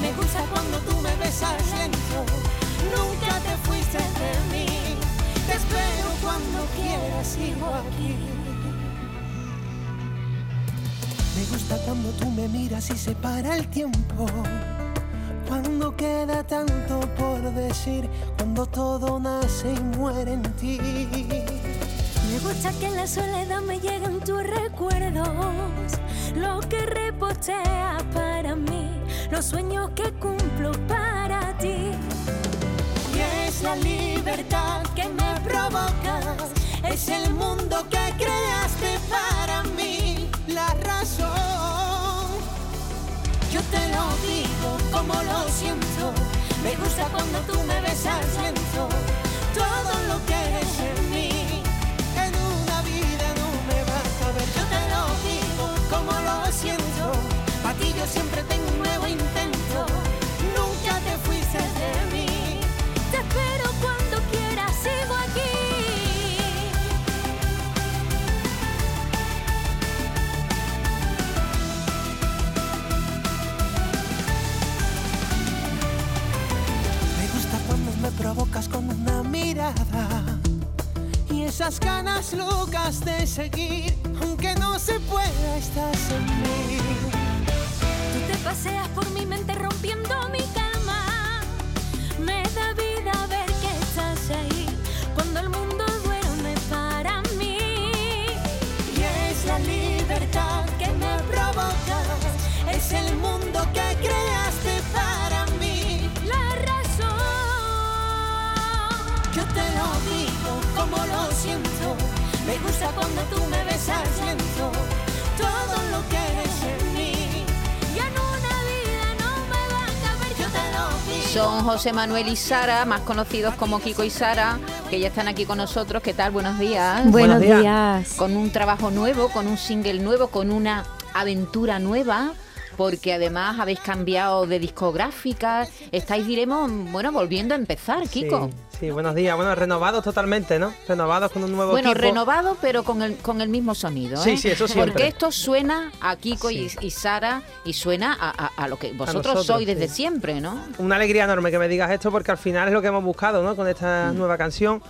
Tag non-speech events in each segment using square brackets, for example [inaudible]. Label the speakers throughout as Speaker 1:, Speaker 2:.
Speaker 1: Me gusta cuando tú me besas lento. Nunca te fuiste de mí. Te espero cuando quieras, sigo aquí.
Speaker 2: Me gusta cuando tú me miras y se para el tiempo. Cuando queda tanto por decir, cuando todo nace y muere en ti.
Speaker 1: Me gusta que en la soledad me lleguen tus recuerdos, lo que reposteas para mí, los sueños que cumplo para ti. Y es la libertad que me provocas, es el mundo que creaste para mí, la razón. Yo te lo digo como lo siento, me gusta cuando tú me besas lento, todo lo que eres en mí. En una vida no me vas a ver, yo te lo digo como lo siento. Para ti yo siempre tengo un nuevo intento. Nunca te fuiste de mí. Te espero cuando quieras, sigo aquí.
Speaker 2: Me gusta cuando me provocas con una mirada y esas ganas locas de seguir, aunque no se pueda, estás en mí.
Speaker 1: Tú te paseas por mi mente rompiendo mi cama. Me da vida ver que estás ahí cuando el mundo duerme para mí. Y es la libertad que me provocas, es el mundo que creaste para mí. La razón. Yo te lo digo como lo siento. Me gusta cuando tú me besas lento. Todo lo que eres en mí. Y en una vida no me va a caber. Yo te lo digo.
Speaker 3: Son José Manuel y Sara, más conocidos como Kiko y Sara, que ya están aquí con nosotros. ¿Qué tal? Buenos días.
Speaker 4: Buenos
Speaker 5: Buenos días.
Speaker 6: [laughs]
Speaker 4: días.
Speaker 3: Con un trabajo nuevo, con un single nuevo, con una aventura nueva, porque además habéis cambiado de discográfica. Estáis, diremos, bueno, volviendo a empezar,
Speaker 5: Sí,
Speaker 3: Kiko.
Speaker 5: Sí, buenos días. Bueno, renovados totalmente, ¿no? Renovados con un nuevo
Speaker 3: Bueno,
Speaker 5: equipo.
Speaker 3: renovado, pero con el, con el mismo sonido.
Speaker 5: Sí,
Speaker 3: ¿eh?
Speaker 5: sí, eso siempre.
Speaker 3: Porque esto suena a Kiko y-
Speaker 5: Sí.
Speaker 3: y, Sara y suena a, a- a lo que vosotros
Speaker 5: nosotros,
Speaker 3: sois desde
Speaker 5: sí.
Speaker 3: siempre, ¿no?
Speaker 5: Una alegría enorme que me digas esto porque al final es lo que hemos buscado, ¿no? Con esta nueva canción.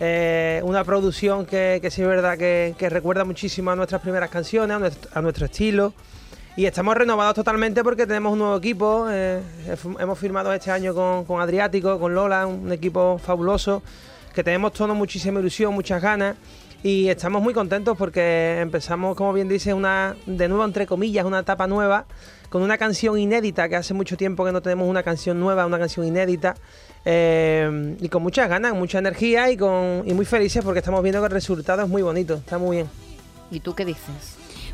Speaker 5: Eh, una producción que, que sí es verdad que, que recuerda muchísimo a nuestras primeras canciones, a nuestro, a nuestro estilo. Y estamos renovados totalmente porque tenemos un nuevo equipo. eh, hef- hemos firmado este año con, con Adriático, con Lola, un equipo fabuloso, que tenemos todos muchísima ilusión, muchas ganas. Y estamos muy contentos porque empezamos, como bien dices, una, de nuevo, entre comillas, una etapa nueva, con una canción inédita, que hace mucho tiempo que no tenemos una canción nueva, una canción inédita. eh, y con muchas ganas, mucha energía y, con, y muy felices porque estamos viendo que el resultado es muy bonito, está muy bien.
Speaker 3: ¿Y tú qué dices?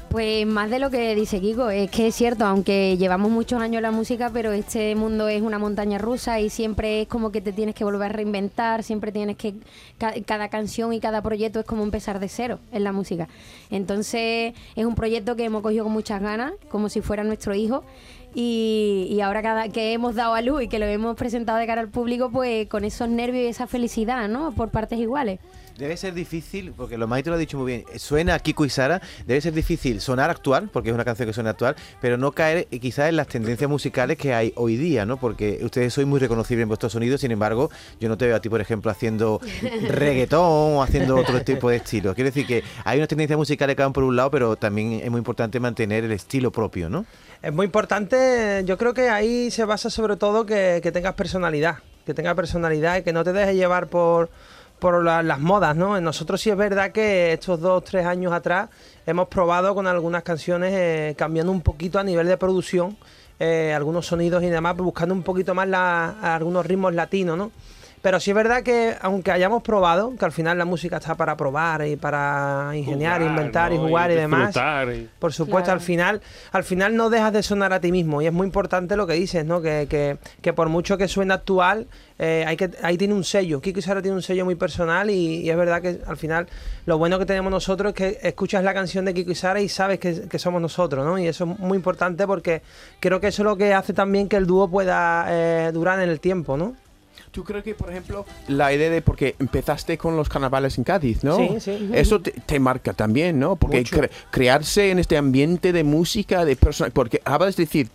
Speaker 4: Pues más de lo que dice Kiko, es que es cierto, aunque llevamos muchos años en la música, pero este mundo es una montaña rusa y siempre es como que te tienes que volver a reinventar, siempre tienes que... ca- cada canción y cada proyecto es como empezar de cero en la música. Entonces es un proyecto que hemos cogido con muchas ganas, como si fuera nuestro hijo. Y, y ahora cada, que hemos dado a luz y que lo hemos presentado de cara al público, pues con esos nervios y esa felicidad, ¿no? Por partes iguales.
Speaker 7: Debe ser difícil, porque lo maestro lo ha dicho muy bien, eh, suena a Kiko y Sara, debe ser difícil sonar actual, porque es una canción que suena actual, pero no caer eh, quizás en las tendencias musicales que hay hoy día, ¿no? Porque ustedes sois muy reconocibles en vuestros sonidos, sin embargo, yo no te veo a ti, por ejemplo, haciendo reggaetón o haciendo otro tipo de estilo. Quiero decir que hay unas tendencias musicales que van por un lado, pero también es muy importante mantener el estilo propio, ¿no?
Speaker 5: Es muy importante, yo creo que ahí se basa sobre todo que, que tengas personalidad, que tengas personalidad y que no te dejes llevar por, por la- las modas, ¿no? En Nosotros sí es verdad que estos dos, tres años atrás hemos probado con algunas canciones eh, cambiando un poquito a nivel de producción, eh, algunos sonidos y demás, pues buscando un poquito más la- algunos ritmos latinos, ¿no? Pero sí es verdad que aunque hayamos probado, que al final la música está para probar y para ingeniar,
Speaker 8: Jugar,
Speaker 5: inventar y
Speaker 8: ¿no?
Speaker 5: jugar y, demás.
Speaker 8: disfrutar y-
Speaker 5: Por supuesto,
Speaker 4: Claro.
Speaker 5: al final, al final no dejas de sonar a ti mismo. Y es muy importante lo que dices, ¿no? Que, que- que por mucho que suene actual, eh, hay que, ahí tiene un sello. Kiko y Sara tiene un sello muy personal y, y es verdad que al final lo bueno que tenemos nosotros es que escuchas la canción de Kiko y Sara y sabes que, que somos nosotros, ¿no? Y eso es muy importante porque creo que eso es lo que hace también que el dúo pueda eh, durar en el tiempo, ¿no?
Speaker 8: ¿Tú crees que, por ejemplo, la idea de porque empezaste con los carnavales en Cádiz, ¿no?
Speaker 5: Sí, sí.
Speaker 8: Eso te, te marca también, ¿no? Porque
Speaker 5: Mucho.
Speaker 8: cre- crearse en este ambiente de música, de personalidad, porque acabas de decir,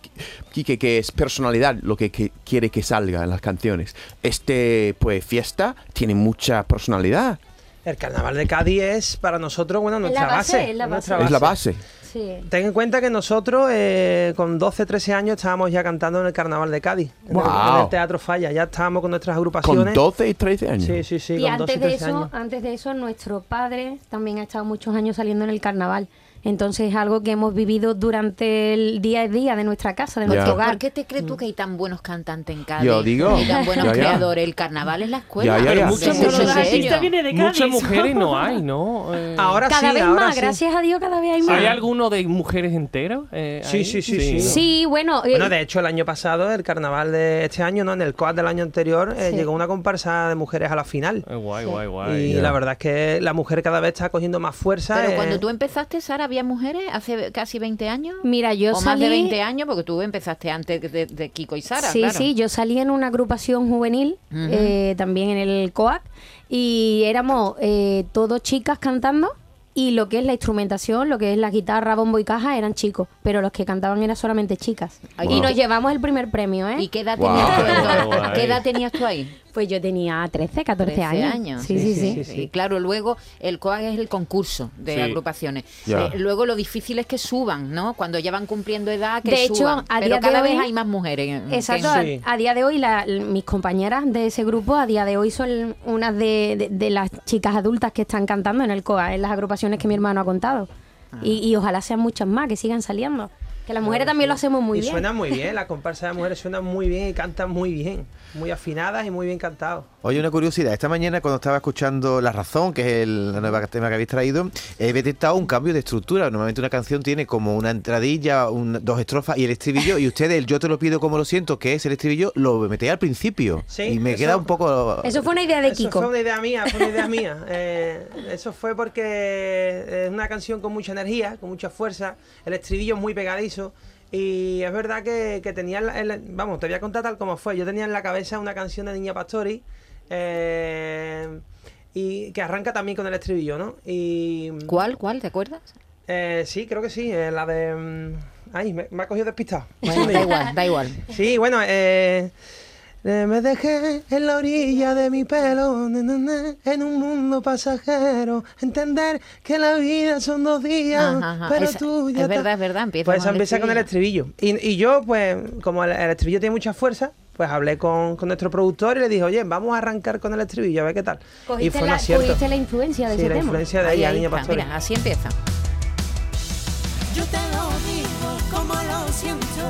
Speaker 8: Quique, que es personalidad lo que, que quiere que salga en las canciones. Este, pues, fiesta tiene mucha personalidad.
Speaker 5: El carnaval de Cádiz es para nosotros, bueno, nuestra
Speaker 4: base,
Speaker 5: base.
Speaker 4: es la
Speaker 5: nuestra
Speaker 4: base.
Speaker 8: Es la base.
Speaker 4: Sí.
Speaker 5: Ten en cuenta que nosotros eh, con 12, 13 años estábamos ya cantando en el Carnaval de Cádiz, en el- en, el,
Speaker 8: Guau.
Speaker 5: Teatro Falla, ya estábamos con nuestras
Speaker 8: Con
Speaker 5: agrupaciones.
Speaker 8: 12 y 13 años.
Speaker 5: Sí, sí, sí,
Speaker 4: y
Speaker 5: con
Speaker 4: antes
Speaker 5: 12,
Speaker 4: de
Speaker 5: 13
Speaker 4: eso,
Speaker 5: años.
Speaker 4: antes de eso, nuestro padre también ha estado muchos años saliendo en el carnaval. Entonces es algo que hemos vivido durante el día a día de nuestra casa, de
Speaker 8: Ya.
Speaker 4: nuestro hogar.
Speaker 3: ¿Por qué te crees
Speaker 4: Mm.
Speaker 3: tú que hay tan buenos cantantes en Cádiz?
Speaker 8: Yo digo.
Speaker 3: Y tan buenos
Speaker 8: Ya, ya.
Speaker 3: creadores. El carnaval es la escuela.
Speaker 8: Ya, ya, ya. Pero
Speaker 3: Sí,
Speaker 8: muchos
Speaker 3: sí,
Speaker 8: no lo
Speaker 3: sí,
Speaker 8: dan.
Speaker 3: sí,
Speaker 6: artista
Speaker 3: señor.
Speaker 6: viene de Cádiz.
Speaker 9: Muchas mujeres no hay, ¿no? Eh,
Speaker 5: Ahora
Speaker 4: mm, Cada
Speaker 5: sí,
Speaker 4: vez
Speaker 5: ahora
Speaker 4: más,
Speaker 5: sí.
Speaker 4: gracias a Dios, cada vez hay más.
Speaker 9: ¿Hay alguno de mujeres enteras? eh,
Speaker 5: Sí,
Speaker 9: ahí?
Speaker 5: sí, sí,
Speaker 9: ¿no?
Speaker 5: sí.
Speaker 4: Sí, bueno, eh,
Speaker 5: Bueno, de hecho, el año pasado, el carnaval de este año, no, en el COAT del año anterior, eh,
Speaker 4: Sí.
Speaker 5: llegó una comparsa de mujeres a la final.
Speaker 9: Eh, guay, guay,
Speaker 8: Ah,
Speaker 9: guay.
Speaker 5: Y la verdad es que la mujer cada vez está cogiendo más fuerza.
Speaker 3: Pero
Speaker 5: eh,
Speaker 3: cuando tú empezaste, Sara, ¿había mujeres hace casi 20 años?
Speaker 4: Mira, yo
Speaker 3: o más de
Speaker 4: salí-
Speaker 3: 20 años, porque tú empezaste antes de, de Kiko y Sara,
Speaker 4: sí,
Speaker 3: claro.
Speaker 4: sí, yo salí en una agrupación juvenil,
Speaker 3: Ujú.
Speaker 4: eh, también en el COAC, y éramos eh, todos chicas cantando. Y lo que es la instrumentación, lo que es la guitarra, bombo y caja, eran chicos, pero los que cantaban eran solamente chicas.
Speaker 3: Ay,
Speaker 4: Y
Speaker 3: wow.
Speaker 4: nos llevamos el primer premio, ¿eh?
Speaker 3: ¿Y qué edad
Speaker 8: Guau.
Speaker 3: tenías tú
Speaker 9: Qué
Speaker 3: entonces?
Speaker 9: guay.
Speaker 3: ¿Qué edad tenías tú ahí?
Speaker 4: Pues yo tenía 13, 14
Speaker 3: 13
Speaker 4: años. Sí, sí, sí.
Speaker 3: Y claro, luego el COAG es el concurso de
Speaker 9: Sí.
Speaker 3: agrupaciones.
Speaker 8: Ya.
Speaker 3: Eh, luego lo difícil es que suban, ¿no? Cuando ya van cumpliendo edad, que
Speaker 4: De hecho,
Speaker 3: suban.
Speaker 4: a
Speaker 3: Pero
Speaker 4: día
Speaker 3: cada
Speaker 4: de
Speaker 3: vez
Speaker 4: hoy-
Speaker 3: hay más mujeres. en-
Speaker 4: Exacto,
Speaker 3: que-
Speaker 4: a-
Speaker 5: Sí.
Speaker 4: a, día de hoy la- l- mis compañeras de ese grupo a día de hoy son unas de, de- de las chicas adultas que están cantando en el COA, en las agrupaciones que mi hermano ha contado.
Speaker 5: Ah.
Speaker 4: Y, y ojalá sean muchas más, que sigan saliendo. Que las mujeres también lo hacemos muy
Speaker 5: y
Speaker 4: bien.
Speaker 5: suena muy bien, la comparsa de mujeres suena muy bien y cantan muy bien. Muy afinadas y muy bien cantados.
Speaker 7: Oye, una curiosidad. Esta mañana, cuando estaba escuchando La Razón, que es el la nueva tema que habéis traído, he detectado un cambio de estructura. Normalmente una canción tiene como una entradilla, un- dos estrofas y el estribillo. Y ustedes, el Yo te lo pido como lo siento, que es el estribillo, lo metéis al principio.
Speaker 5: Sí,
Speaker 7: y me
Speaker 5: eso-
Speaker 7: queda un poco.
Speaker 4: Eso fue una idea de
Speaker 5: Eso fue
Speaker 4: Kiko.
Speaker 5: una idea mía, fue una idea mía. [laughs] Eh, eso fue porque es una canción con mucha energía, con mucha fuerza, el estribillo es muy pegadizo. Y es verdad que, que tenía, en la- en la- vamos, te voy a contar tal como fue. Yo tenía en la cabeza una canción de Niña Pastori eh, y que arranca también con el estribillo, ¿no? Y
Speaker 3: ¿Cuál, cuál? ¿Te acuerdas?
Speaker 5: eh, sí, creo que sí, eh, la de... mm, Ay, me, me ha cogido despistado.
Speaker 3: Bueno, da igual, da igual.
Speaker 5: Sí, bueno, eh, eh, me dejé en la orilla de mi pelo, na, na, na, en un mundo pasajero. Entender que la vida son dos días,
Speaker 3: Ajá, ajá,
Speaker 5: pero
Speaker 3: esa-
Speaker 5: tú ya
Speaker 3: es verdad,
Speaker 5: estás-
Speaker 3: es verdad, empieza
Speaker 5: Pues
Speaker 3: con el
Speaker 5: empieza con el estribillo. Y, y yo, pues, como el, el estribillo tiene mucha fuerza, pues hablé con, con nuestro productor y le dije, oye, vamos a arrancar con el estribillo, a ver qué tal. y
Speaker 4: Cogiste
Speaker 5: fue un
Speaker 4: la,
Speaker 5: acierto.
Speaker 4: cogiste la influencia de
Speaker 5: Sí,
Speaker 4: ese
Speaker 5: la
Speaker 4: tema.
Speaker 5: influencia de
Speaker 3: Ahí,
Speaker 5: ella,
Speaker 3: ahí
Speaker 5: niña
Speaker 3: está,
Speaker 5: pastora.
Speaker 3: Mira, así empieza.
Speaker 2: Yo te lo digo como lo siento.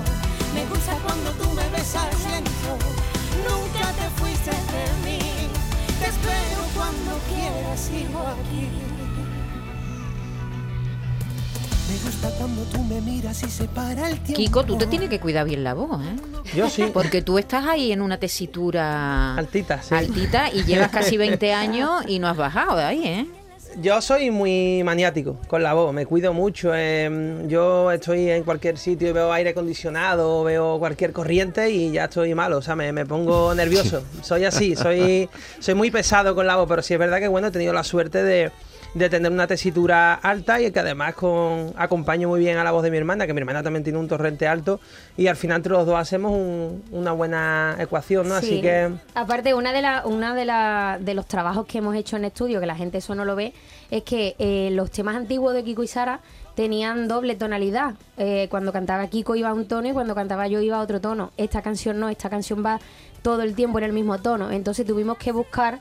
Speaker 2: Me gusta cuando tú me besas lento. Nunca te fuiste de mí. Te espero cuando quieras, sigo aquí. Me gusta cuando tú me miras y se para el tiempo.
Speaker 3: Kiko, tú te tienes que cuidar bien la voz, ¿eh?
Speaker 5: Yo
Speaker 4: [laughs]
Speaker 5: sí,
Speaker 3: Porque tú estás ahí en una tesitura
Speaker 5: altita, sí.
Speaker 3: altita y llevas casi
Speaker 5: [laughs]
Speaker 3: 20 años y no has bajado de ahí, ¿eh?
Speaker 5: Yo soy muy maniático con la voz, me cuido mucho. eh, yo estoy en cualquier sitio y veo aire acondicionado, veo cualquier corriente y ya estoy malo, o sea, me, me pongo nervioso. Soy así, soy, soy muy pesado con la voz, pero sí es verdad que bueno, he tenido la suerte de, de tener una tesitura alta y que además con, acompaño muy bien a la voz de mi hermana, que mi hermana también tiene un torrente alto y al final entre los dos hacemos un- una buena ecuación, ¿no? Así
Speaker 4: Sí.
Speaker 5: que...
Speaker 4: Aparte, una de la, una de la, de los trabajos que hemos hecho en estudio, que la gente eso no lo ve, es que eh, los temas antiguos de Kiko y Sara tenían doble tonalidad. Eh, cuando cantaba Kiko iba a un tono y cuando cantaba yo iba a otro tono. Esta canción no, esta canción va todo el tiempo en el mismo tono. Entonces tuvimos que buscar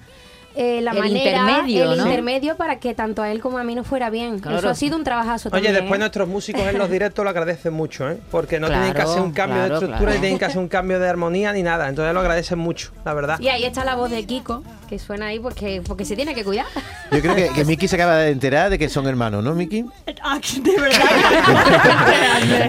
Speaker 4: eh, la
Speaker 3: El
Speaker 4: manera,
Speaker 3: intermedio,
Speaker 4: el
Speaker 3: ¿no?
Speaker 4: intermedio para que tanto a él como a mí no fuera bien.
Speaker 3: Claro.
Speaker 4: Eso ha sido un trabajazo
Speaker 5: Oye,
Speaker 4: también.
Speaker 5: después
Speaker 4: ¿eh?
Speaker 5: nuestros músicos en los directos lo agradecen mucho, ¿eh? Porque no tienen que
Speaker 3: Claro,
Speaker 5: hacer un cambio
Speaker 3: claro,
Speaker 5: de estructura
Speaker 3: claro.
Speaker 5: y tienen que hacer un cambio de armonía ni nada. Entonces lo agradecen mucho, la verdad.
Speaker 4: Y ahí está la voz de Kiko, que suena ahí porque, porque se tiene que cuidar.
Speaker 7: Yo creo que, que Miki se acaba de enterar de que son hermanos, ¿no, Miki?
Speaker 6: Ah, de verdad.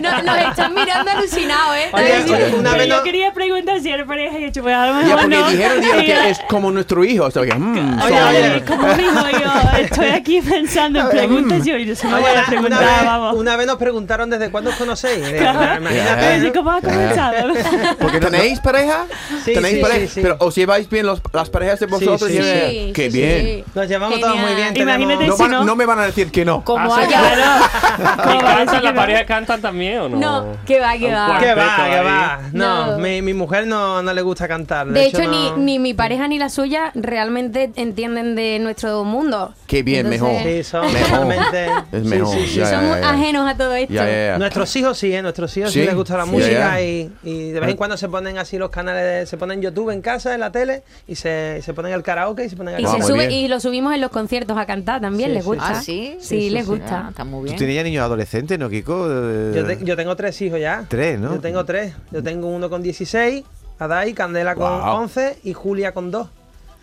Speaker 4: No, nos están mirando alucinados, ¿eh?
Speaker 5: Oye,
Speaker 6: Sí,
Speaker 5: oye, una
Speaker 6: pero
Speaker 5: vez
Speaker 6: yo
Speaker 5: no-
Speaker 6: quería preguntar si era pareja y he hecho, pues a lo mejor
Speaker 8: Ya porque
Speaker 6: no.
Speaker 8: dijeron
Speaker 6: [laughs]
Speaker 8: dijeron,
Speaker 6: Sí,
Speaker 8: que es como nuestro hijo. o sea, que, mm, Mm,
Speaker 6: Oye,
Speaker 8: suave.
Speaker 6: oye, como digo yo, estoy aquí pensando
Speaker 5: mm.
Speaker 6: en preguntas y yo se me voy a
Speaker 5: [laughs] Oye, una,
Speaker 6: preguntar,
Speaker 5: vez,
Speaker 6: vamos.
Speaker 5: una vez nos preguntaron desde cuándo os conocéis. Eh,
Speaker 6: A
Speaker 5: Imagínate.
Speaker 6: ver,
Speaker 5: ¿no?
Speaker 6: ¿Cómo ha comenzado?
Speaker 5: [laughs]
Speaker 8: Porque tenéis pareja,
Speaker 5: Sí,
Speaker 8: tenéis
Speaker 5: sí,
Speaker 8: pareja,
Speaker 5: sí, sí.
Speaker 8: pero os lleváis bien los- las parejas de vosotros.
Speaker 5: sí.
Speaker 8: Lleva-
Speaker 5: Sí,
Speaker 8: Qué bien.
Speaker 5: Nos llevamos todos muy bien.
Speaker 6: Genial. Imagínate
Speaker 5: tenemos-
Speaker 8: No,
Speaker 6: si
Speaker 8: van-
Speaker 6: no-
Speaker 8: no me van a decir que no.
Speaker 3: Como
Speaker 9: Ah, sí,
Speaker 3: haya.
Speaker 9: claro.
Speaker 6: ¿Cómo
Speaker 9: ¿Y
Speaker 6: va a
Speaker 9: cantan?
Speaker 6: decir
Speaker 9: ¿La
Speaker 6: que no?
Speaker 9: pareja cantan también o no?
Speaker 10: No, que va, que
Speaker 9: Un
Speaker 10: va.
Speaker 5: [laughs]
Speaker 9: cuarteto
Speaker 5: Que va, que
Speaker 9: ahí.
Speaker 5: va. No,
Speaker 4: No.
Speaker 5: Mi, mi mujer no, no le gusta cantar.
Speaker 4: De hecho, ni,
Speaker 5: no-
Speaker 4: ni mi pareja ni la suya realmente entienden de nuestro mundo.
Speaker 8: Qué bien, mejor.
Speaker 5: Sí, son
Speaker 8: Mejor.
Speaker 5: totalmente.
Speaker 8: Es
Speaker 5: sí,
Speaker 8: mejor.
Speaker 5: sí, sí.
Speaker 8: Ya,
Speaker 4: Son
Speaker 8: ya,
Speaker 4: muy
Speaker 8: ya.
Speaker 4: ajenos a todo esto.
Speaker 8: Ya, ya, ya.
Speaker 5: Nuestros hijos sí, ¿eh? Nuestros hijos sí,
Speaker 8: Sí,
Speaker 5: les gusta la
Speaker 8: sí,
Speaker 5: música
Speaker 8: ya, Ah. ya.
Speaker 5: Y, y de vez en cuando se ponen así los canales, de- se ponen YouTube en casa, en la tele y se, se ponen el karaoke y se ponen a
Speaker 4: Y,
Speaker 8: Wow,
Speaker 4: se
Speaker 5: cantar.
Speaker 8: muy
Speaker 4: sube,
Speaker 8: bien.
Speaker 4: y lo subimos en los conciertos a cantar también,
Speaker 5: Sí,
Speaker 4: les
Speaker 5: sí.
Speaker 4: gusta.
Speaker 3: Ah, sí.
Speaker 4: Sí, les gusta.
Speaker 3: Ah, está muy
Speaker 7: Tú
Speaker 3: bien.
Speaker 7: tienes ya niños adolescentes, ¿no, Kiko? Eh,
Speaker 5: Yo, te- yo tengo tres hijos ya.
Speaker 7: Tres, ¿no?
Speaker 5: Yo tengo tres. Yo tengo uno con 16, Adai, Candela con
Speaker 8: Wow.
Speaker 5: 11 y Julia con 2.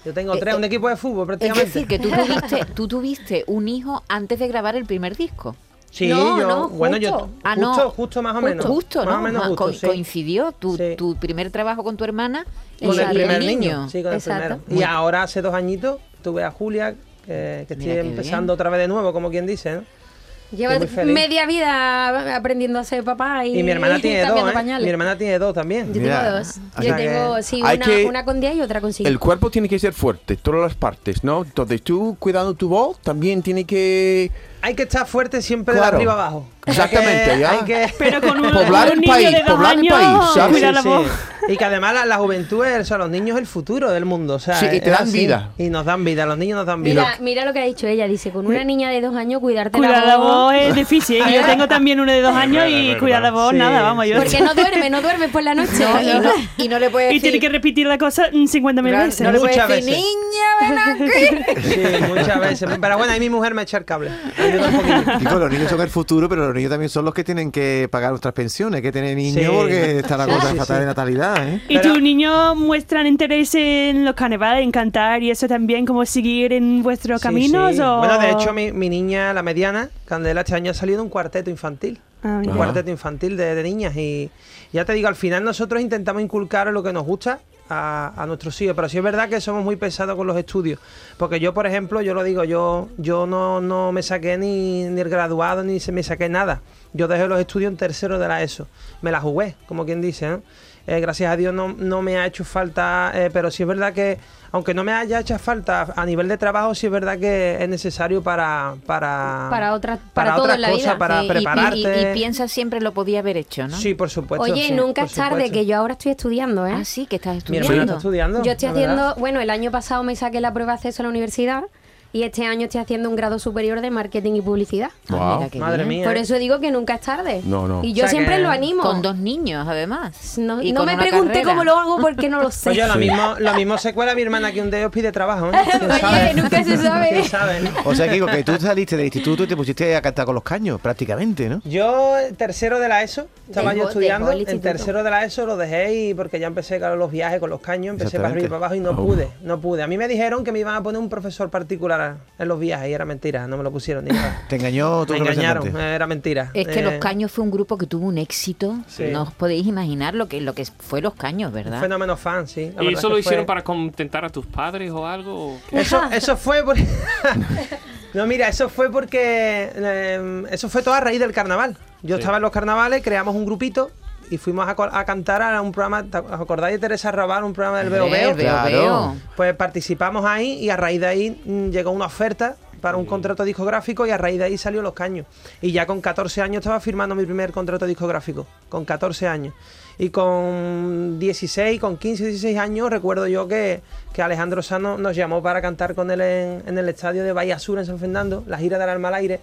Speaker 5: Yo tengo
Speaker 3: Eh,
Speaker 5: tres,
Speaker 3: eh,
Speaker 5: un equipo de fútbol
Speaker 3: Es
Speaker 5: prácticamente.
Speaker 3: decir, que
Speaker 7: [laughs]
Speaker 3: tú tuviste, tú tuviste un hijo antes de grabar el primer disco.
Speaker 5: Sí,
Speaker 10: No,
Speaker 5: yo,
Speaker 10: no,
Speaker 5: bueno, yo
Speaker 10: justo.
Speaker 5: justo,
Speaker 3: Ah, no.
Speaker 5: justo más o
Speaker 3: Justo,
Speaker 5: menos.
Speaker 3: Justo, ¿no?
Speaker 5: Más o menos
Speaker 3: Ma-
Speaker 5: justo,
Speaker 3: co-
Speaker 5: sí.
Speaker 3: Coincidió tu,
Speaker 5: Sí.
Speaker 3: tu primer trabajo con tu hermana
Speaker 5: con
Speaker 3: y-
Speaker 5: el
Speaker 3: y
Speaker 5: primer niño. Sí, con el
Speaker 4: Exacto.
Speaker 5: primero. Y ahora hace dos añitos tuve a Julia, eh, que
Speaker 3: Mira
Speaker 5: estoy
Speaker 3: qué
Speaker 5: empezando
Speaker 3: bien.
Speaker 5: otra vez de nuevo, como quien dice, ¿no?
Speaker 4: Lleva
Speaker 5: Estoy Ah, muy feliz.
Speaker 4: media vida aprendiendo a ser papá y,
Speaker 5: Y mi hermana
Speaker 4: y
Speaker 5: tiene dos,
Speaker 4: cambiando
Speaker 5: ¿eh?
Speaker 4: pañales.
Speaker 5: Mi hermana tiene dos también.
Speaker 4: Yo
Speaker 7: Mira,
Speaker 4: tengo dos.
Speaker 7: o
Speaker 4: Yo
Speaker 5: sea que
Speaker 4: tengo, sí,
Speaker 8: hay
Speaker 4: una,
Speaker 8: que-
Speaker 4: una con 10 y otra con 5.
Speaker 8: El cuerpo tiene que ser fuerte, todas las partes, ¿no? Entonces tú cuidando tu voz también tiene que...
Speaker 5: Hay que estar fuerte siempre de
Speaker 8: Claro.
Speaker 5: arriba abajo.
Speaker 8: Exactamente,
Speaker 5: Hay que-
Speaker 8: ya.
Speaker 5: Hay que...
Speaker 6: Pero con un,
Speaker 8: Poblar
Speaker 6: un
Speaker 8: el
Speaker 6: niño
Speaker 8: país,
Speaker 6: de dos
Speaker 8: poblar el
Speaker 6: años,
Speaker 8: país, ¿sabes?
Speaker 6: cuida la
Speaker 5: Sí,
Speaker 6: voz.
Speaker 5: sí. Y que además la, la juventud es, o sea, los niños es el futuro del mundo. O sea,
Speaker 8: Sí, y te
Speaker 5: es
Speaker 8: dan
Speaker 5: así.
Speaker 8: vida.
Speaker 5: Y nos dan vida, los niños nos dan vida.
Speaker 4: Mira, mira lo que ha dicho ella, dice, con una niña de dos años cuidarte
Speaker 6: Cuidar
Speaker 4: la
Speaker 6: la
Speaker 4: voz.
Speaker 6: voz es difícil. y Yo tengo también uno de dos años y cuidar la voz,
Speaker 5: Sí,
Speaker 6: nada, vamos. Yo
Speaker 4: [laughs] Porque no duerme, no duermes por la noche.
Speaker 3: No, y, no, y no le puedes
Speaker 6: y
Speaker 3: decir.
Speaker 6: tiene que repetir la cosa mm, 50.000
Speaker 3: Claro,
Speaker 6: veces.
Speaker 3: no le
Speaker 5: Muchas
Speaker 3: puedes decir,
Speaker 5: veces. [laughs]
Speaker 3: niña, ven aquí.
Speaker 5: Sí, muchas veces. Pero bueno, ahí mi mujer me echa el cable. Ayuda un poquito.
Speaker 7: Kiko, los niños son el futuro, pero los niños también son los que tienen que pagar nuestras pensiones, que tienen niños
Speaker 5: Sí.
Speaker 7: porque está la
Speaker 5: Sí,
Speaker 7: cosa
Speaker 5: sí,
Speaker 7: fatal
Speaker 5: sí.
Speaker 7: de natalidad, ¿eh?
Speaker 6: Y
Speaker 5: Pero-
Speaker 6: tus niños muestran interés en los carnavales, en cantar y eso también, como seguir en vuestros
Speaker 5: Sí,
Speaker 6: caminos.
Speaker 5: sí.
Speaker 6: O...
Speaker 5: Bueno, de hecho, mi, mi niña, la mediana, Candela, este año ha salido un cuarteto infantil.
Speaker 6: Ah,
Speaker 5: Un
Speaker 6: mira.
Speaker 5: cuarteto infantil de, de niñas. Y ya te digo, al final nosotros intentamos inculcar lo que nos gusta a, a nuestros hijos. Pero sí es verdad que somos muy pesados con los estudios. Porque yo, por ejemplo, yo lo digo, yo, yo no, no me saqué ni, ni el graduado, ni se me saqué nada. Yo dejé los estudios en tercero de la ESO. Me la jugué, como quien dice, ¿no? Eh, gracias a Dios no, no me ha hecho falta, eh, pero sí es verdad que, aunque no me haya hecho falta a nivel de trabajo, sí es verdad que es necesario para... Para,
Speaker 4: Para otras- para todo en la
Speaker 5: cosas,
Speaker 4: vida,
Speaker 5: para
Speaker 4: sí. Y- y-
Speaker 3: Y-
Speaker 5: prepararte.
Speaker 3: Y, y piensas siempre lo podía haber hecho, ¿no?
Speaker 5: Sí, por supuesto.
Speaker 4: Oye,
Speaker 5: sí,
Speaker 4: nunca
Speaker 5: por
Speaker 4: es tarde,
Speaker 5: supuesto.
Speaker 4: que yo ahora estoy estudiando, ¿eh?
Speaker 3: Ah, sí, que estás
Speaker 5: Mi hermana
Speaker 3: estudiando.
Speaker 5: está estudiando.
Speaker 4: Yo estoy
Speaker 5: la verdad.
Speaker 4: haciendo, bueno, el año pasado me saqué la prueba de acceso a la universidad y este año estoy haciendo un grado superior de marketing y publicidad.
Speaker 3: Ah,
Speaker 8: Wow.
Speaker 3: mira, qué
Speaker 5: Madre
Speaker 3: bien.
Speaker 5: mía.
Speaker 4: Por
Speaker 5: ¿eh?
Speaker 4: eso digo que nunca es tarde.
Speaker 8: No, no.
Speaker 4: Y yo
Speaker 5: O sea
Speaker 4: siempre
Speaker 5: que-
Speaker 4: lo animo.
Speaker 3: Con dos niños, además.
Speaker 4: No,
Speaker 3: Y
Speaker 4: no
Speaker 3: con
Speaker 4: me
Speaker 3: una
Speaker 4: pregunté
Speaker 3: carrera.
Speaker 4: cómo lo hago
Speaker 5: [laughs]
Speaker 4: porque no lo sé.
Speaker 5: Oye, Pues lo mismo, lo mismo se cuela mi hermana que un día os pide trabajo.
Speaker 4: [laughs]
Speaker 5: ¿eh? ¿Quién
Speaker 4: Oye,
Speaker 5: sabe?
Speaker 4: nunca se sabe.
Speaker 5: ¿Quién sabe, no?
Speaker 7: O sea, Kiko, que tú saliste del instituto y te pusiste a cantar con los caños, prácticamente, ¿no?
Speaker 5: Yo, en tercero de la ESO, estaba
Speaker 4: Dejó-
Speaker 5: yo estudiando.
Speaker 4: dejó el
Speaker 5: En
Speaker 4: instituto.
Speaker 5: tercero de la ESO lo dejé y porque ya empecé claro, los viajes con los caños, empecé para arriba y
Speaker 7: Exactamente. Oh.
Speaker 5: para abajo y no pude, no pude. A mí me dijeron que me iban a poner un profesor particular en los viajes y era mentira, no me lo pusieron ni
Speaker 7: [laughs]
Speaker 5: nada.
Speaker 7: Te engañó tu
Speaker 5: Me engañaron,
Speaker 7: representante.
Speaker 5: era mentira.
Speaker 3: Es que
Speaker 5: Eh,
Speaker 3: Los Caños fue un grupo que tuvo un éxito.
Speaker 5: Sí.
Speaker 3: No os podéis imaginar lo que, lo que fue Los Caños,
Speaker 5: Un
Speaker 3: ¿verdad?
Speaker 5: fenómeno fan, sí. La verdad
Speaker 9: ¿Y
Speaker 5: es
Speaker 9: eso lo
Speaker 5: que fue-
Speaker 9: hicieron para contentar a tus padres o algo? o qué?
Speaker 5: Eso, eso fue por... [laughs] No, mira, eso fue porque... eh, eso fue toda a raíz del carnaval. Yo
Speaker 9: Sí.
Speaker 5: estaba en los carnavales, creamos un grupito y fuimos a, co- a cantar a un programa... ¿te ac- ¿Os acordáis de Teresa Rabar, un programa del Veo
Speaker 3: Veo,
Speaker 5: Veo?
Speaker 3: Eh, veo,
Speaker 7: Claro.
Speaker 3: veo.
Speaker 5: Pues participamos ahí y a raíz de ahí mm, llegó una oferta para un contrato discográfico y a raíz de ahí salió Los Caños. Y ya con 14 años estaba firmando mi primer contrato discográfico, con 14 años. Y con 16, con 15, 16 años recuerdo yo que, que Alejandro Sano nos llamó para cantar con él en, en el estadio de Bahía Sur en San Fernando, la gira del alma al aire.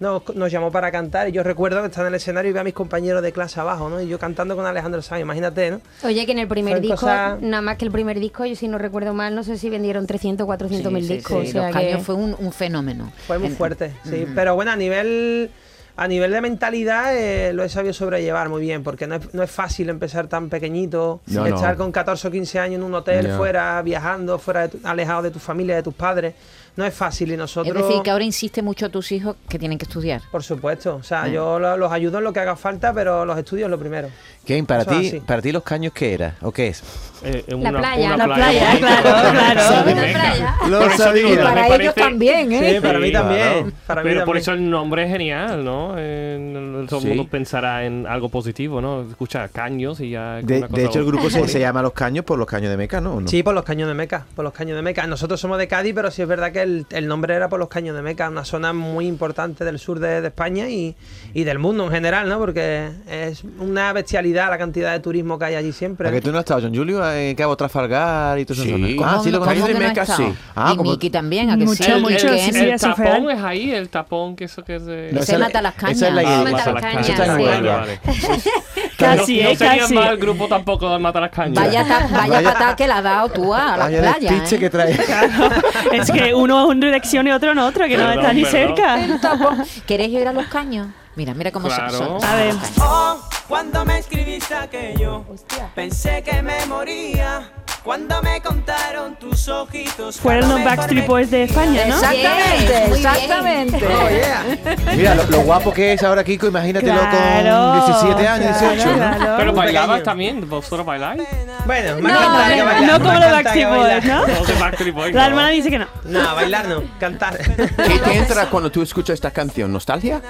Speaker 5: Nos, nos llamó para cantar y yo recuerdo que estaba en el escenario y ve a mis compañeros de clase abajo, ¿no? Y yo cantando con Alejandro Sano, imagínate, ¿no?
Speaker 4: Oye, que en el primer
Speaker 5: Son
Speaker 4: disco,
Speaker 5: cosas-
Speaker 4: nada más que el primer disco, yo si no recuerdo mal, no sé si vendieron 300 o 400 mil
Speaker 5: Sí, sí,
Speaker 4: discos.
Speaker 5: sí,
Speaker 4: o
Speaker 3: Los
Speaker 4: sea que-
Speaker 3: Caños fue un, un fenómeno.
Speaker 5: Fue muy
Speaker 3: En-
Speaker 5: fuerte, sí. Pero bueno, a nivel, a nivel de mentalidad eh, lo he sabido sobrellevar muy bien, porque no es, no es fácil empezar tan pequeñito,
Speaker 8: No,
Speaker 5: estar
Speaker 8: no.
Speaker 5: con 14 o 15 años en un hotel,
Speaker 8: Ya.
Speaker 5: fuera, viajando, fuera de tu- alejado de tu familia, de tus padres. no es fácil y
Speaker 3: Es
Speaker 5: nosotros...
Speaker 3: decir, que ahora insiste mucho tus hijos que tienen que estudiar.
Speaker 5: Por supuesto, o
Speaker 3: Mm.
Speaker 5: sea, yo lo- los ayudo en lo que haga falta, pero los estudios lo primero.
Speaker 7: Ken, para
Speaker 5: eh. Eso es
Speaker 7: ti,
Speaker 5: así.
Speaker 7: para ti los caños qué era o qué es?
Speaker 9: Eh, en
Speaker 4: La
Speaker 9: una-
Speaker 4: playa.
Speaker 9: una
Speaker 4: La
Speaker 6: playa,
Speaker 9: bonita,
Speaker 6: claro, claro.
Speaker 9: bonita,
Speaker 6: Una
Speaker 9: venga.
Speaker 4: playa.
Speaker 7: [laughs] Lo
Speaker 9: Por eso
Speaker 7: sabía.
Speaker 9: digo, me
Speaker 4: Para ellos
Speaker 9: parece-
Speaker 4: también, ¿eh?
Speaker 5: Sí, para mí
Speaker 7: claro.
Speaker 5: también. Para mí
Speaker 9: Pero por
Speaker 5: también.
Speaker 9: eso el nombre es genial, ¿no? Eh, todo el
Speaker 8: Sí.
Speaker 9: mundo pensará en algo positivo, ¿no? Escucha caños y ya. es
Speaker 7: De,
Speaker 9: una cosa
Speaker 7: de hecho, el grupo se,
Speaker 9: bonita.
Speaker 7: se llama Los Caños por los caños de Meca, ¿no? ¿O no?
Speaker 5: Sí, por los caños de Meca, por los caños de Meca. Nosotros somos de Cádiz, pero sí es verdad que el, el nombre era por los caños de Meca, una zona muy importante del sur de, de España y, y del mundo en general, ¿no? Porque es una bestialidad la cantidad de turismo que hay allí siempre.
Speaker 7: ¿A que tú no has estado, John Julio, eh, en Cabo Trafalgar y todo eso?
Speaker 8: Sí.
Speaker 7: Ah, sí lo
Speaker 3: ¿Cómo
Speaker 7: conoces.
Speaker 8: de
Speaker 3: que no
Speaker 8: Meca,
Speaker 3: está?
Speaker 8: sí.
Speaker 7: Ah,
Speaker 3: y
Speaker 7: como-
Speaker 3: Miki también, a que
Speaker 6: Mucho,
Speaker 3: sí.
Speaker 9: El,
Speaker 6: mucho,
Speaker 9: el-
Speaker 3: que
Speaker 6: sí,
Speaker 9: el
Speaker 6: eso fue
Speaker 9: tapón
Speaker 6: algo.
Speaker 9: es ahí, el tapón que eso que es de...
Speaker 7: No,
Speaker 3: Se
Speaker 7: esa es la-
Speaker 3: mata las
Speaker 7: esa es
Speaker 3: cañas.
Speaker 7: la idea.
Speaker 9: Ah,
Speaker 4: mata
Speaker 9: mata
Speaker 4: las
Speaker 9: las
Speaker 4: cañas,
Speaker 9: cañas.
Speaker 7: sí. [laughs]
Speaker 9: Vale, vale.
Speaker 6: Casi,
Speaker 9: no,
Speaker 6: eh,
Speaker 9: no sería
Speaker 6: casi.
Speaker 9: mal grupo tampoco de matar las cañas.
Speaker 3: Vaya, ta- vaya
Speaker 7: Vaya-
Speaker 3: patada que la has dado tú a la
Speaker 7: Vaya
Speaker 3: playa.
Speaker 7: despiche
Speaker 3: ¿eh?
Speaker 7: que trae.
Speaker 6: es que uno es una dirección y otro en otra, que no
Speaker 9: Perdón,
Speaker 6: está ni
Speaker 9: perdón.
Speaker 6: cerca.
Speaker 3: ¿Queréis ir a los caños? Mira, mira cómo se-
Speaker 9: Claro.
Speaker 3: son- son
Speaker 6: A ver.
Speaker 3: los caños.
Speaker 2: Oh, cuando me escribiste aquello, pensé que me moría. Cuando me contaron tus ojitos.
Speaker 6: Fueron
Speaker 2: cuando
Speaker 6: los
Speaker 2: me
Speaker 6: Backstreet Boys de España, ¿no?
Speaker 3: Bien, muy bien.
Speaker 5: Oh, yeah.
Speaker 7: Mira, lo, lo guapo que es ahora, Kiko, imagínatelo
Speaker 6: Claro,
Speaker 7: con 17 años,
Speaker 6: claro,
Speaker 7: 18, ¿no?
Speaker 6: claro.
Speaker 9: Pero bailabas
Speaker 5: pequeño.
Speaker 9: también, vosotros bailáis.
Speaker 5: Bueno,
Speaker 4: No,
Speaker 5: más cantar que
Speaker 4: no,
Speaker 5: bailar.
Speaker 6: no
Speaker 5: más
Speaker 6: como los
Speaker 5: cantar que
Speaker 6: Backstreet
Speaker 5: bailar.
Speaker 6: Boys, ¿no?
Speaker 9: Los de Backstreet Boys,
Speaker 6: La
Speaker 9: ¿no?
Speaker 6: hermana dice que no.
Speaker 5: [laughs] No, bailar no,
Speaker 7: [laughs]
Speaker 5: cantar.
Speaker 8: ¿Qué te entra cuando tú escuchas esta canción? ¿Nostalgia?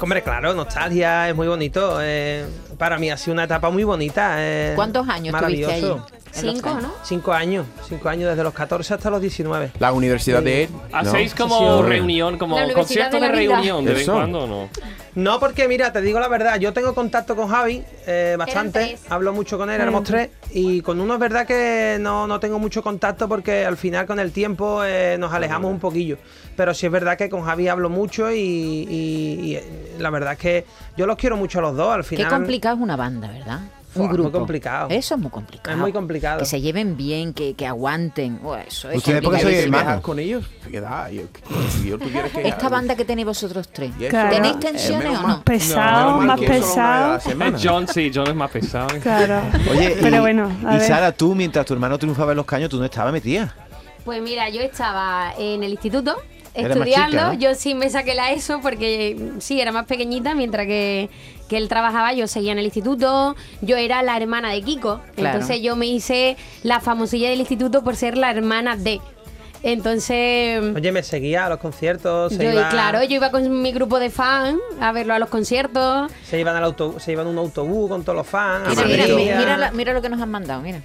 Speaker 5: Hombre, claro, nostalgia, es muy bonito. eh, para mí ha sido una etapa muy bonita. eh,
Speaker 3: ¿Cuántos años tuviste ahí?
Speaker 5: maravilloso.
Speaker 3: En los
Speaker 4: Cinco,
Speaker 3: caños.
Speaker 4: ¿no?
Speaker 5: Cinco años, cinco años, desde los 14 hasta los 19.
Speaker 8: La universidad de él. ¿no?
Speaker 9: ¿Hacéis como
Speaker 5: Sí, hombre.
Speaker 9: reunión, como
Speaker 4: La universidad
Speaker 9: concierto
Speaker 4: de
Speaker 9: de,
Speaker 4: la vida.
Speaker 9: reunión de vez en
Speaker 8: Eso.
Speaker 9: cuando o no?
Speaker 5: No, porque mira, te digo la verdad, yo tengo contacto con Javi eh, bastante,
Speaker 4: tres.
Speaker 5: hablo mucho
Speaker 3: Mm.
Speaker 5: con él, éramos tres, y con uno es verdad que no, no tengo mucho contacto porque al final con el tiempo eh, nos alejamos un poquillo, pero sí es verdad que con Javi hablo mucho y, y- y, eh, la verdad es que yo los quiero mucho a los dos, al
Speaker 3: Qué
Speaker 5: final...
Speaker 3: complicado es una banda, ¿verdad?
Speaker 5: Fua,
Speaker 3: Un
Speaker 5: muy
Speaker 3: grupo.
Speaker 5: complicado.
Speaker 3: Eso es muy complicado.
Speaker 5: Es muy complicado.
Speaker 3: Que se lleven bien, que, que aguanten. Oh, eso es
Speaker 7: Ustedes porque soy
Speaker 8: Porque soy
Speaker 3: complicadísimo.
Speaker 7: hermano.
Speaker 8: hermano. con ellos? ¿Qué da? Yo, si yo tuviera que...
Speaker 3: Esta banda que tenéis vosotros tres,
Speaker 8: Y eso,
Speaker 3: ¿tenéis
Speaker 6: Claro.
Speaker 3: tensiones o no?
Speaker 6: Pesado,
Speaker 8: menos mal
Speaker 6: más
Speaker 8: que solo una vez a
Speaker 6: pesado.
Speaker 8: la semana.
Speaker 9: John sí, John es más pesado.
Speaker 6: Claro.
Speaker 7: Oye,
Speaker 6: [laughs] Pero
Speaker 7: y,
Speaker 6: bueno, a
Speaker 7: y
Speaker 6: ver.
Speaker 7: Sara, tú, mientras tu hermano triunfaba en los caños, tú no estabas metida.
Speaker 4: Pues mira, yo estaba en el instituto
Speaker 7: Era más
Speaker 4: estudiando.
Speaker 7: chica, ¿no?
Speaker 4: Yo sí me saqué la ESO porque eh, sí, era más pequeñita, mientras que, que él trabajaba, yo seguía en el instituto. Yo era la hermana de Kiko.
Speaker 3: Claro.
Speaker 4: Entonces yo me hice la famosilla del instituto por ser la hermana de. Entonces.
Speaker 5: Oye, me seguía a los conciertos, se,
Speaker 4: Yo,
Speaker 5: iba-
Speaker 4: claro, yo iba con mi grupo de fan a verlo a los conciertos.
Speaker 5: se iban al autobús, se iban en un autobús con todos los fans, a
Speaker 3: Mira, mira,
Speaker 5: Madrid,
Speaker 3: mira,
Speaker 5: a-
Speaker 3: mira la- mira lo que nos han mandado, mira.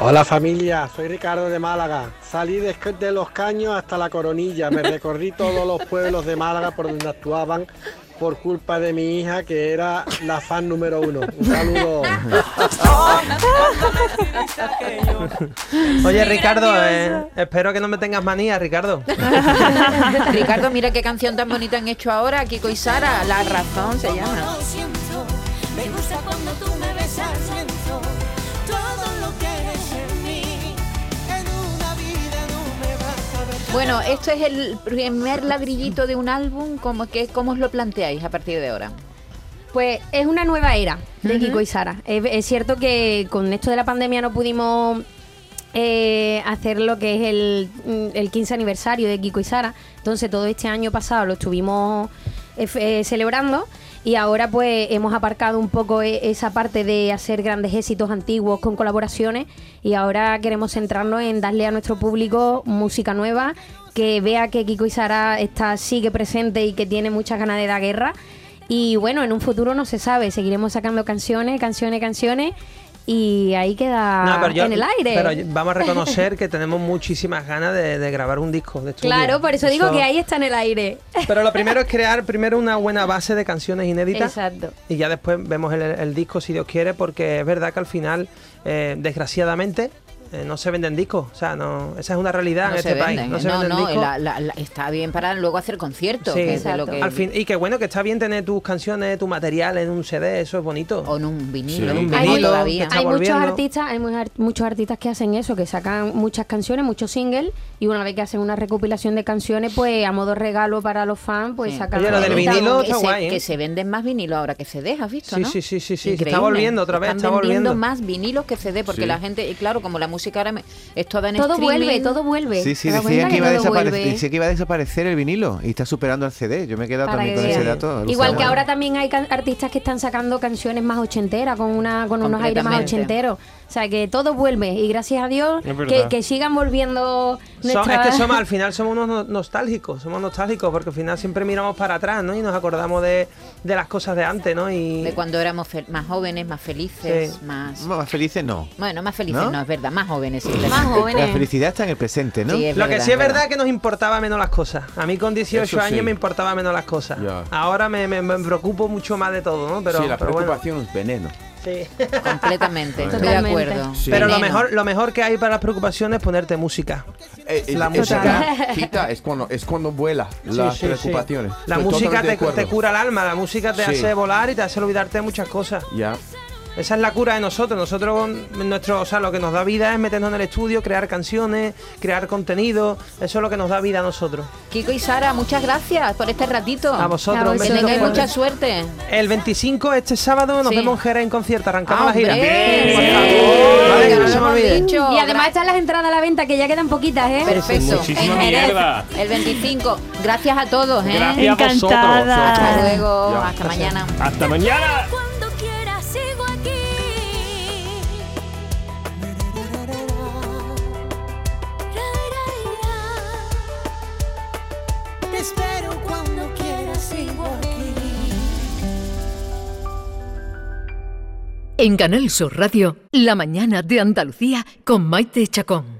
Speaker 10: Hola familia, soy Ricardo de Málaga. Salí de, de Los Caños hasta La Coronilla. Me recorrí todos los pueblos de Málaga por donde actuaban por culpa de mi hija que era la fan número uno. Un saludo.
Speaker 5: Oye, Ricardo, eh, espero que no me tengas manía, Ricardo.
Speaker 4: [laughs]
Speaker 3: Ricardo, mira qué canción tan bonita han hecho ahora, Kiko y Sara, La Razón se llama.
Speaker 2: Lo siento, me gusta cuando tú me besas, siento todo lo que eres en mí. En una vida no me vas a ver.
Speaker 3: Bueno, esto es el primer ladrillito de un álbum, ¿cómo, que, ¿cómo os lo planteáis a partir de ahora?
Speaker 4: Pues es una nueva era de Kiko y Sara. Es, es cierto que con esto de la pandemia no pudimos eh, hacer lo que es el, mm, el 15 aniversario de Kiko y Sara. Entonces todo este año pasado lo estuvimos eh, fe- eh, celebrando y ahora pues hemos aparcado un poco e- esa parte de hacer grandes éxitos antiguos con colaboraciones y ahora queremos centrarnos en darle a nuestro público música nueva que vea que Kiko y Sara está, sigue presente y que tiene muchas ganas de dar guerra y bueno, en un futuro no se sabe, seguiremos sacando canciones, canciones, canciones y ahí queda
Speaker 5: No, pero yo-
Speaker 4: en el aire.
Speaker 5: Pero yo- vamos a reconocer que tenemos muchísimas ganas de, de grabar un disco de estudio.
Speaker 4: claro, por eso digo que ahí está en el aire.
Speaker 5: Pero lo primero es crear primero una buena base de canciones inéditas.
Speaker 4: Exacto.
Speaker 5: Y ya después vemos el, el disco si Dios quiere, porque es verdad que al final, eh, desgraciadamente, eh, no se venden discos. O sea, no, esa es una realidad en
Speaker 3: se
Speaker 5: este país.
Speaker 3: venden,
Speaker 5: No
Speaker 3: ¿eh?
Speaker 5: se venden discos.
Speaker 3: la- la- la- está bien para luego hacer conciertos,
Speaker 5: Sí.
Speaker 3: que es de lo
Speaker 4: Exacto.
Speaker 3: que-
Speaker 5: Al fin, y que bueno, que está bien tener tus canciones, tu material en un CD, eso es bonito.
Speaker 3: o en un vinilo,
Speaker 8: Sí. En un
Speaker 3: como
Speaker 5: vinilo,
Speaker 3: todavía.
Speaker 5: Está
Speaker 4: Hay muchos
Speaker 5: volviendo.
Speaker 4: artistas, hay muy ar- muchos artistas que hacen eso, que sacan muchas canciones, muchos singles y una vez que hacen una recopilación de canciones, pues a modo regalo para los fans, pues
Speaker 3: Sí.
Speaker 4: sacan.
Speaker 5: Oye, lo del
Speaker 4: Ahorita
Speaker 5: vinilo-
Speaker 4: con-
Speaker 3: que,
Speaker 5: está
Speaker 3: se,
Speaker 5: guay, ¿eh?
Speaker 3: que se venden más vinilo ahora que CD, ¿has visto?
Speaker 5: Sí,
Speaker 3: no?
Speaker 5: sí, sí, sí, sí, se está
Speaker 3: Increíble.
Speaker 5: volviendo otra vez,
Speaker 3: Están
Speaker 5: está
Speaker 3: vendiendo
Speaker 5: volviendo.
Speaker 3: más vinilos que CD porque
Speaker 8: Sí.
Speaker 3: la gente, y claro, como la música ahora me- es toda en
Speaker 4: Todo
Speaker 3: streaming.
Speaker 4: vuelve, todo vuelve.
Speaker 7: Sí, sí,
Speaker 4: ¿Te das
Speaker 7: decía
Speaker 4: cuenta
Speaker 7: que, iba a
Speaker 4: todo
Speaker 7: desapare-
Speaker 4: vuelve?
Speaker 7: decía que iba a desaparecer el vinilo y está superando al CD. Yo me he quedado
Speaker 4: Para
Speaker 7: también
Speaker 4: que
Speaker 7: con ese
Speaker 4: veas.
Speaker 7: dato.
Speaker 4: Igual que
Speaker 7: alucinado.
Speaker 4: ahora también hay can- artistas que están sacando canciones más ochenteras, con una con unos aires más
Speaker 3: Completamente.
Speaker 4: ochenteros. O sea, que todo vuelve y gracias a Dios
Speaker 9: Es verdad.
Speaker 4: que, que sigan volviendo
Speaker 5: Son-
Speaker 4: nuestra...
Speaker 5: es que somos, al final somos unos no- nostálgicos, somos nostálgicos porque al final siempre miramos para atrás, ¿no? Y nos acordamos de, de las cosas de antes, ¿no? Y
Speaker 3: De cuando éramos fel- más jóvenes, más felices,
Speaker 5: Sí.
Speaker 3: más...
Speaker 7: Más felices no.
Speaker 3: Bueno, más felices no,
Speaker 7: ¿No?
Speaker 3: es verdad, más jóvenes.
Speaker 7: Más
Speaker 3: jóvenes.
Speaker 7: La felicidad está en el presente, ¿no?
Speaker 3: Sí, es
Speaker 5: lo que sí es verdad
Speaker 3: verdad.
Speaker 5: es que nos importaba menos las cosas. A mí con 18
Speaker 8: Eso sí.
Speaker 5: años me importaba menos las cosas.
Speaker 8: Ya.
Speaker 5: Ahora me, me- me preocupo mucho más de todo, ¿no? Pero,
Speaker 8: sí, la
Speaker 5: pero bueno.
Speaker 8: preocupación es veneno.
Speaker 5: Sí.
Speaker 3: Completamente, estoy de
Speaker 4: Totalmente.
Speaker 3: acuerdo.
Speaker 8: Sí.
Speaker 5: Pero lo
Speaker 3: Veneno.
Speaker 5: mejor, lo mejor que hay para las preocupaciones es ponerte música.
Speaker 8: Eh, eh,
Speaker 5: La
Speaker 8: eso
Speaker 5: música.
Speaker 8: ya quita, es cuando, es cuando vuela las
Speaker 5: Sí, sí, sí.
Speaker 8: preocupaciones.
Speaker 5: La
Speaker 8: Estoy
Speaker 5: música
Speaker 8: totalmente de
Speaker 5: te,
Speaker 8: acuerdo.
Speaker 5: te cura el alma, la música te
Speaker 8: Sí.
Speaker 5: hace volar y te hace olvidarte de muchas cosas.
Speaker 8: Ya.
Speaker 5: Esa es la cura de nosotros. Nosotros, nuestro, o sea, lo que nos da vida es meternos en el estudio, crear canciones, crear contenido. Eso es lo que nos da vida a nosotros.
Speaker 3: Kiko y Sara, muchas gracias por este ratito.
Speaker 5: A vosotros, un
Speaker 3: Que
Speaker 5: besito
Speaker 3: tengáis
Speaker 5: fuerte.
Speaker 3: mucha suerte.
Speaker 5: El 25, este sábado, nos
Speaker 3: Sí.
Speaker 5: vemos en Jerez en concierto. Arrancamos
Speaker 3: Ah,
Speaker 5: la gira.
Speaker 3: hombre.
Speaker 5: Por
Speaker 3: Sí.
Speaker 5: favor. Vale, que no se me
Speaker 3: Hemos
Speaker 5: olvide.
Speaker 3: dicho.
Speaker 4: Y además están las entradas a la venta, que ya quedan poquitas, ¿eh?
Speaker 3: Perfecto.
Speaker 9: Muchísima
Speaker 3: En Jerez,
Speaker 9: mierda.
Speaker 3: El 25. Gracias a todos, ¿eh?
Speaker 9: Gracias. a vosotros.
Speaker 3: Hasta
Speaker 6: Encantada.
Speaker 3: luego.
Speaker 8: Ya.
Speaker 3: Hasta mañana.
Speaker 9: Hasta mañana.
Speaker 1: Cuando quiera sigo aquí.
Speaker 2: Te espero cuando quieras, sigo aquí.
Speaker 11: En Canal Sur Radio, La Mañana de Andalucía con Maite Chacón.